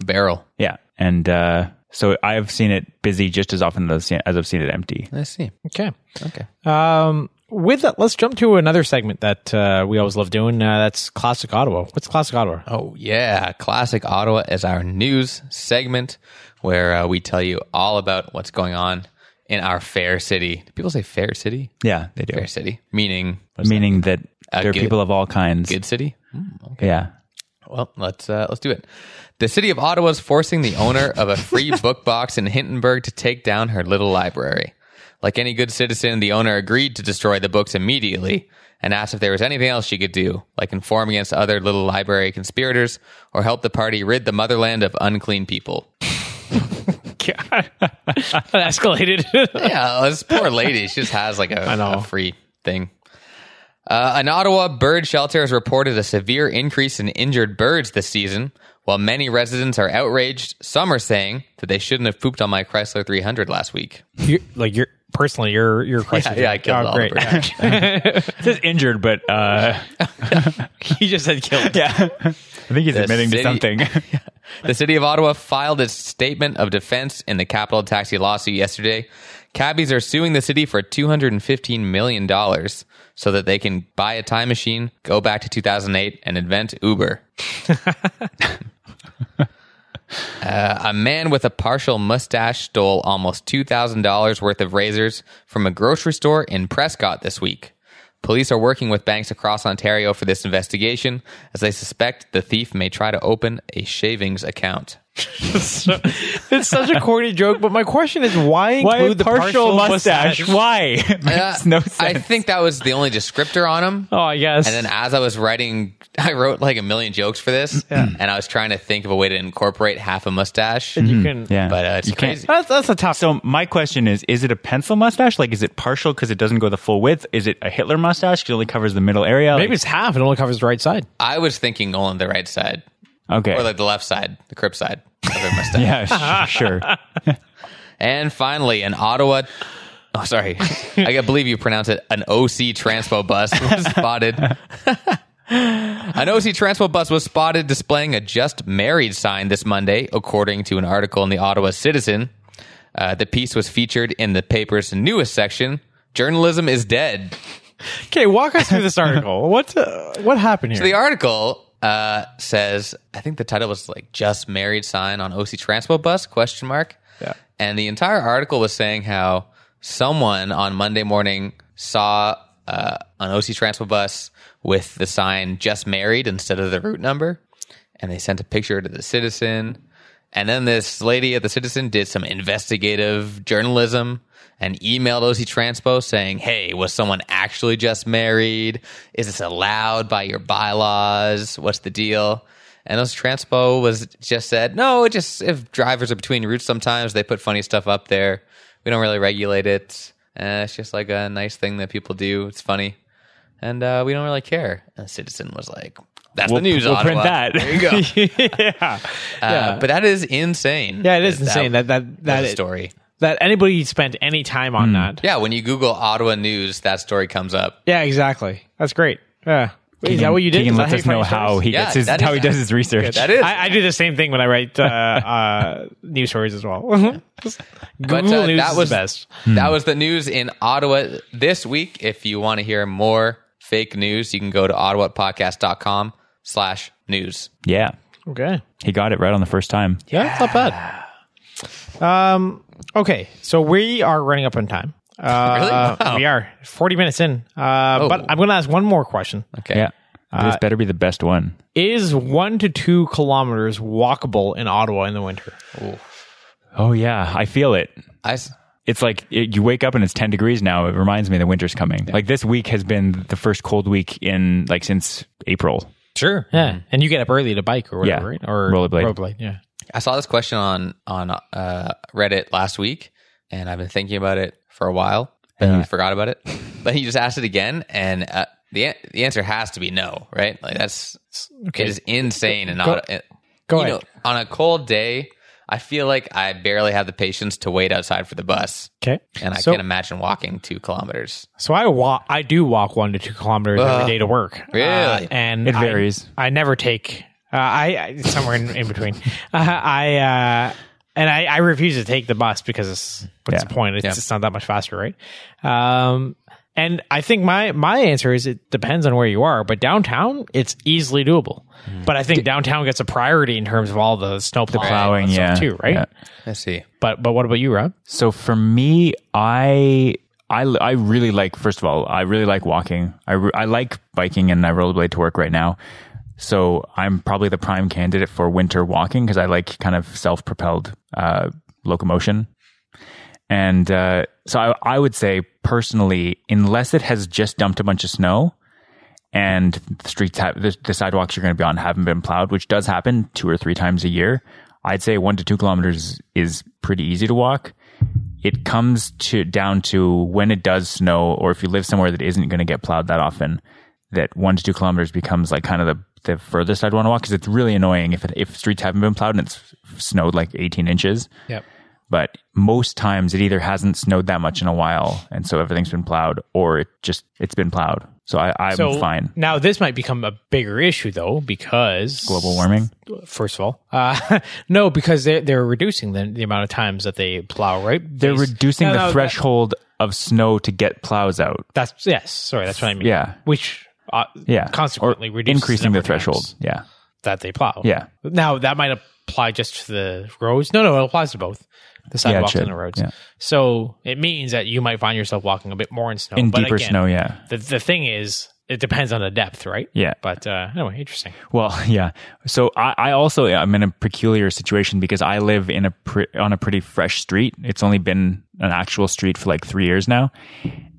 S3: A barrel.
S2: Yeah, and uh, so I've seen it busy just as often as, as I've seen it empty.
S3: I see.
S1: Okay.
S3: Okay.
S1: Um, with that, let's jump to another segment that uh, we always love doing. Uh, that's classic Ottawa. What's classic Ottawa?
S3: Oh, yeah. Classic Ottawa is our news segment where uh, we tell you all about what's going on in our fair city. Do people say fair city?
S2: Yeah, they do.
S3: Fair city, meaning
S2: Meaning that there are
S3: Uh, good-
S2: people of all kinds.
S3: good city.
S2: Hmm. Yeah.
S3: Well, let's uh, let's do it. The city of Ottawa is forcing the owner of a free book box in Hindenburg to take down her little library. Like any good citizen, the owner agreed to destroy the books immediately and asked if there was anything else she could do, like inform against other little library conspirators or help the party rid the motherland of unclean people.
S1: God, that escalated.
S3: yeah, this poor lady. She just has like a,
S1: know.
S3: a free thing. Uh, an Ottawa bird shelter has reported a severe increase in injured birds this season. While many residents are outraged, some are saying that they shouldn't have pooped on my Chrysler 300 last week.
S1: you like you're personally, you're you're Chrysler.
S3: yeah, I killed all the birds.
S2: It says injured, but uh,
S1: he just said killed.
S2: yeah. I think he's admitting
S3: city-
S2: to something.
S3: The city of Ottawa filed its statement of defense in the capital taxi lawsuit yesterday. Cabbies are suing the city for $215 million so that they can buy a time machine, go back to 2008, and invent Uber. Uh, a man with a partial mustache stole almost $2,000 worth of razors from a grocery store in Prescott this week. Police are working with banks across Ontario for this investigation as they suspect the thief may try to open a shavings account.
S1: So- it's such a corny joke, but my question is why include
S2: Why
S1: the
S2: partial, mustache? Why? It
S3: Uh,
S2: makes no sense.
S3: I think that was the only descriptor on him.
S1: Oh, I guess.
S3: And then as I was writing, I wrote like a million jokes for this, and I was trying to think of a way to incorporate half a mustache.
S1: you can.
S2: yeah.
S3: But uh, it's
S2: You can't-
S3: crazy.
S1: That's that's a tough.
S2: So my question is: Is it a pencil mustache? Like, is it partial because it doesn't go the full width? Is it a Hitler mustache? 'cause It only covers the middle area.
S1: Maybe it's half. It only covers the right side.
S3: I was thinking only the right side,
S2: Like- okay.
S3: or like the left side, the crib side of their mustache.
S2: yeah, sh- sure.
S3: And finally, an Ottawa. Oh, sorry. I believe you pronounce it an OC transpo bus was spotted. an OC transpo bus was spotted displaying a just married sign this Monday, according to an article in the Ottawa Citizen. Uh, the piece was featured in the paper's newest section. Journalism is dead.
S1: Okay, walk us through this article. what uh, what happened here?
S3: The article uh, says, I think the title was like "Just Married Sign on OC Transpo Bus?" Question mark.
S1: Yeah.
S3: And the entire article was saying how someone on Monday morning saw uh, an OC Transpo bus with the sign "Just Married" instead of the route number, and they sent a picture to the Citizen. And then this lady at the Citizen did some investigative journalism and emailed OC Transpo saying, Hey, was someone actually just married? Is this allowed by your bylaws? What's the deal? And OC Transpo was just said, No, it just if drivers are between routes sometimes, they put funny stuff up there. We don't really regulate it. Uh, it's just like a nice thing that people do. It's funny. And uh, we don't really care. And the Citizen was like, That's
S2: We'll-
S3: the news,
S2: we'll print
S3: Ottawa.
S2: that.
S3: There you go.
S1: yeah,
S3: Uh, but that is insane.
S1: yeah, it is insane that that
S3: that
S1: that
S3: was a
S1: it-
S3: story.
S1: that anybody spent any time on that.
S3: Yeah, when you Google Ottawa news, that story comes up.
S1: Yeah, exactly. That's great. Yeah. is that what you did?
S2: Keegan
S1: Is that
S2: lets
S1: how
S2: us
S1: you
S2: know
S1: find
S2: how
S1: stories?
S2: he
S3: Yeah,
S2: gets his
S3: that
S2: how
S3: is-
S2: he does his research.
S3: That is.
S1: I, I do the same thing when I write uh, uh, news stories as well. Google
S3: But, uh,
S1: News
S3: that
S1: is
S3: was-
S1: the best.
S3: That was the news in Ottawa this week. If you want to hear more fake news, you can go to ottawapodcast.com slash news.
S2: yeah,
S1: Okay.
S2: he got it right on the first time.
S1: Yeah, it's not bad. Um. Okay, so we are running up on time. Uh,
S3: Really? Wow.
S1: We are forty minutes in. Uh, but I'm going to ask one more question.
S3: Okay.
S2: Yeah, this better be the best one.
S1: Is one to two kilometers walkable in Ottawa in the winter?
S2: Oh yeah, I feel it.
S3: I s-
S2: It's like it, you wake up and it's 10 degrees now. It reminds me the winter's coming. Like this week has been the first cold week in like since April.
S1: Sure. Yeah, and you get up early to bike or whatever,
S2: Yeah.
S1: right? Or
S2: Rollerblade.
S1: Rollerblade. Yeah.
S3: I saw this question on on uh, Reddit last week, and I've been thinking about it for a while, but I forgot about it. But he just asked it again, and uh, the an- the answer has to be no, right? Like that's
S1: Okay.
S3: It is insane and not
S1: Go
S3: you
S1: ahead.
S3: know, on a cold day I feel like I barely have the patience to wait outside for the bus,
S1: Okay.
S3: and I
S1: so,
S3: can't imagine walking two kilometers.
S1: So I walk. I do walk one to two kilometers
S3: Ugh.
S1: every day to work.
S3: Really?
S1: Uh, and
S2: It
S1: I-
S2: varies.
S1: I, never take. Uh, I, I somewhere in, in between. Uh, I uh, and I, I refuse to take the bus because it's, what's
S2: Yeah.
S1: the point? It's
S3: Yeah.
S1: just not that much faster, right? Um, and I think my my answer is it depends on where you are, but downtown it's easily doable.
S2: Mm.
S1: But I think downtown gets a priority in terms of all the snow plowing,
S2: plowing,
S1: and stuff
S2: yeah,
S1: too, right?
S2: yeah.
S3: I see.
S1: But but what about you, Rob?
S2: So for me, I I I really like first of all, I really like walking. I re- I like biking and I rollerblade to work right now. So I'm probably the prime candidate for winter walking because I like kind of self-propelled uh, locomotion. And uh, so I, I would say personally, unless it has just dumped a bunch of snow and the streets have the, the sidewalks you're going to be on haven't been plowed, which does happen two or three times a year, I'd say one to two kilometers is pretty easy to walk. It comes to down to when it does snow, or if you live somewhere that isn't going to get plowed that often, that one to two kilometers becomes like kind of the the furthest I'd want to walk because it's really annoying if it, if streets haven't been plowed and it's snowed like 18 inches
S1: Yep.
S2: but most times it either hasn't snowed that much in a while and so everything's been plowed or it just it's been plowed so I, i'm fine
S1: Now this might become a bigger issue though because
S2: global warming
S1: First of all, uh, no, because they're they're reducing the, the amount of times that they plow. Right?
S2: they're reducing
S1: No,
S2: the
S1: no, that-
S2: threshold of snow to get plows out
S1: that's yes. Sorry, that's what I mean.
S2: Yeah.
S1: Which uh,
S2: yeah
S1: Consequently
S2: or
S1: reduces the
S2: increasing the,
S1: number of
S2: threshold
S1: times.
S2: yeah
S1: that they plow.
S2: Yeah.
S1: Now that might apply just to the roads. No, no, it applies to both the sidewalks
S2: should.
S1: and the roads.
S2: Yeah.
S1: So it means that you might find yourself walking a bit more in snow.
S2: in
S1: but
S2: deeper
S1: again,
S2: snow yeah
S1: The the thing is, it depends on the depth, right?
S2: Yeah.
S1: But uh, anyway, interesting.
S2: Well, yeah. So I, I also I'm in a peculiar situation because I live in a pre, on a pretty fresh street. It's only been an actual street for like three years now,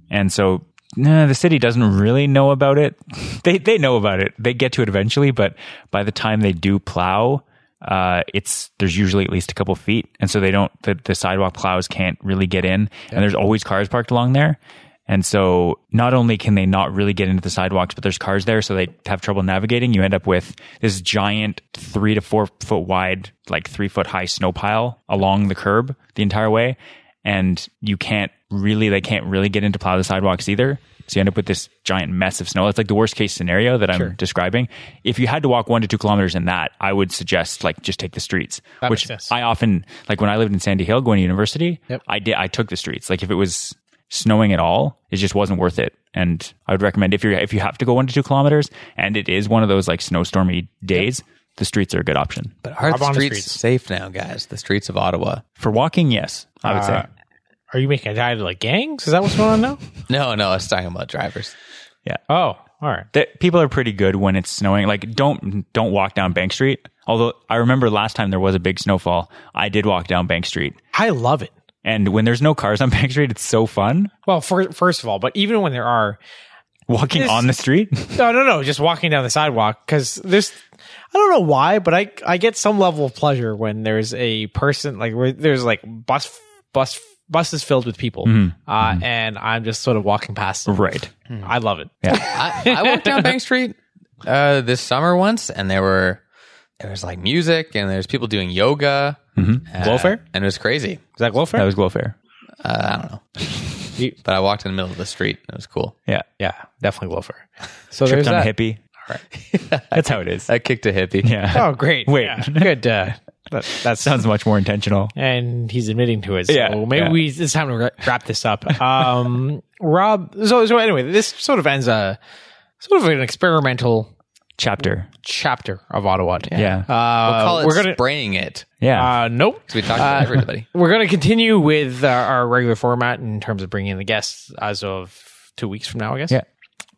S2: and so nah, the city doesn't really know about it. They they know about it. They get to it eventually, but by the time they do plow, uh, it's there's usually at least a couple feet, and so they don't the, the sidewalk plows can't really get in, and there's always cars parked along there. And so not only can they not really get into the sidewalks, but there's cars there, so they have trouble navigating. You end up with this giant three to four foot wide, like three foot high snow pile along the curb the entire way. And you can't really, they can't really get into plow the sidewalks either. So you end up with this giant mess of snow. It's like the worst case scenario that I'm describing. If you had to walk one to two kilometers in that, I would suggest like just take the streets,
S1: That
S2: which
S1: makes sense.
S2: I often like when I lived in Sandy Hill going to university.
S1: Yep.
S2: I did. I took the streets. Like if it was snowing at all, it just wasn't worth it. And I would recommend if you are if you have to go one to two kilometers and it is one of those like snowstormy days, the streets are a good option
S3: But are
S1: Up
S3: the
S1: on the
S3: streets,
S1: streets.
S3: safe now, guys? The streets of Ottawa.
S2: for walking. Yes, I would
S1: Uh,
S2: say.
S1: Are you making a guy to like gangs? Is that what's going on now?
S3: No, no, I was talking about drivers.
S1: Oh, all right.
S2: that people are pretty good when it's snowing. Like don't don't walk down Bank Street. Although I remember last time there was a big snowfall, I did walk down Bank Street.
S1: I love it.
S2: And when there's no cars on Bank Street, it's so fun
S1: Well, for, first of all, but even when there are,
S2: walking
S1: This-
S2: on the street.
S1: no, no, no, just walking down the sidewalk because there's, I don't know why, but I I get some level of pleasure when there's a person like where there's like bus bus buses filled with people, uh, and I'm just sort of walking past. Them.
S2: right.
S1: I love it.
S3: I, I walked down Bank Street uh, this summer once, and there were there was like music, and there's people doing yoga, uh,
S1: Glowfare?
S3: and it was crazy.
S1: Is that Glowfare?
S2: That was Glowfair.
S3: Uh, I don't know,
S1: You-
S3: but I walked in the middle of the street. and It was cool.
S2: Yeah.
S1: yeah, definitely Glowfare. So
S2: Tripped
S1: there's
S2: on a
S1: that.
S2: hippie. That's how it is.
S3: I kicked a hippie.
S2: Yeah.
S1: Oh, great.
S2: Wait.
S1: Yeah, good. Uh, that, that sounds.
S2: Sounds much more intentional.
S1: and he's admitting to it. So
S2: Yeah,
S1: maybe
S2: yeah.
S1: we it's time to wra- wrap this up. Um, Rob, so so anyway, this sort of ends a sort of an experimental
S2: Chapter.
S1: chapter of Ottawa.
S2: Yeah.
S1: Uh,
S3: Call it
S1: we're gonna
S3: spraying it.
S2: Yeah.
S1: uh, nope.
S3: 'Cause we talked to everybody.
S1: We're gonna continue with uh, our regular format in terms of bringing in the guests as of two weeks from now, I guess.
S2: yeah.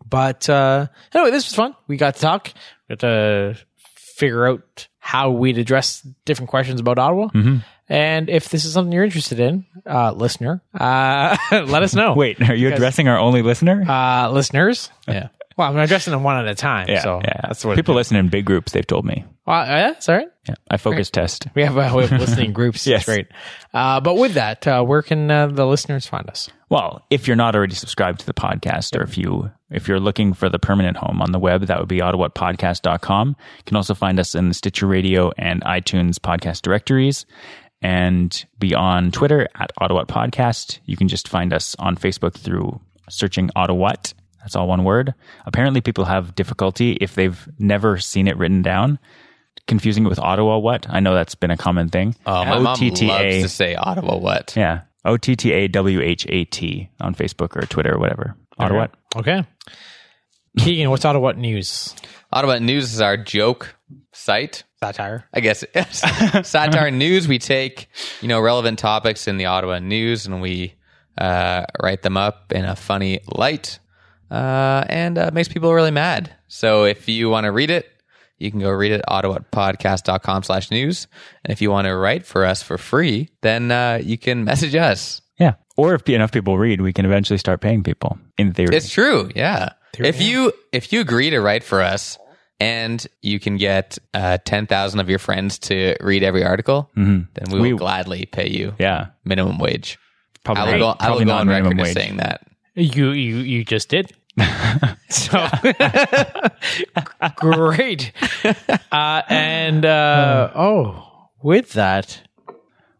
S1: But uh, anyway, this was fun. We got to talk. We got to figure out how we'd address different questions about Ottawa.
S2: Mm-hmm.
S1: And if this is something you're interested in, uh, listener, uh, let us know.
S2: Wait, are you addressing our only listener?
S1: uh, listeners,
S3: Yeah,
S1: Well, I'm addressing them one at a time.
S2: Yeah,
S1: so
S2: yeah.
S1: that's what
S2: people listen in big groups. They've told me.
S1: Well, uh, yeah, that's all right.
S2: Yeah, I focus test.
S1: We have, uh, we have listening groups.
S2: Yes.
S1: That's great. Uh, but with that, uh, where can uh, the listeners find us?
S2: Well, if you're not already subscribed to the podcast, or if you if you're looking for the permanent home on the web, that would be ottawapodcast.com. You can also find us in the Stitcher Radio and iTunes podcast directories. And be on Twitter at Ottawat Podcast. You can just find us on Facebook through searching Ottawat. That's all one word. Apparently people have difficulty if they've never seen it written down. Confusing it with Ottawa what? I know that's been a common thing.
S3: Oh, my mom
S2: OTTA.
S3: loves to say Ottawa what.
S2: Yeah. O T T A W H A T on Facebook or Twitter or whatever. Ottawa.
S1: Okay. Keegan, what's out of what news?
S3: Ottawa News is our joke site.
S1: Satire.
S3: I guess yes. satire news. We take you know relevant topics in the Ottawa news and we uh, write them up in a funny light, uh, and uh, makes people really mad. So if you want to read it, you can go read it ottawapodcast.com slash news. And if you want to write for us for free, then uh, you can message us.
S2: Yeah. Or if enough people read, we can eventually start paying people in theory.
S3: It's true. Yeah. If you if you agree to write for us and you can get uh, ten thousand of your friends to read every article, then we will gladly pay you
S2: Mm-hmm. yeah.
S3: minimum wage.
S2: Probably,
S3: I will go. I will
S2: probably
S3: go
S2: not
S3: on
S2: minimum
S3: record as
S2: wage.
S3: saying that.
S1: You you you just did. so great. Uh, and uh, oh, with that,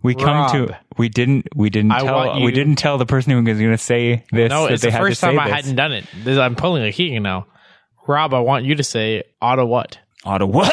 S2: We come to
S1: Rob.
S2: we didn't we didn't
S1: I
S2: tell
S1: want you-
S2: we didn't tell the person who was going to say this
S1: no,
S2: that
S1: it's
S2: they
S1: the
S2: had
S1: first
S2: to say
S1: time I
S2: this.
S1: hadn't done it. This- I'm pulling a Keegan now. Rob, I want you to say Ottawa.
S2: Ottawa.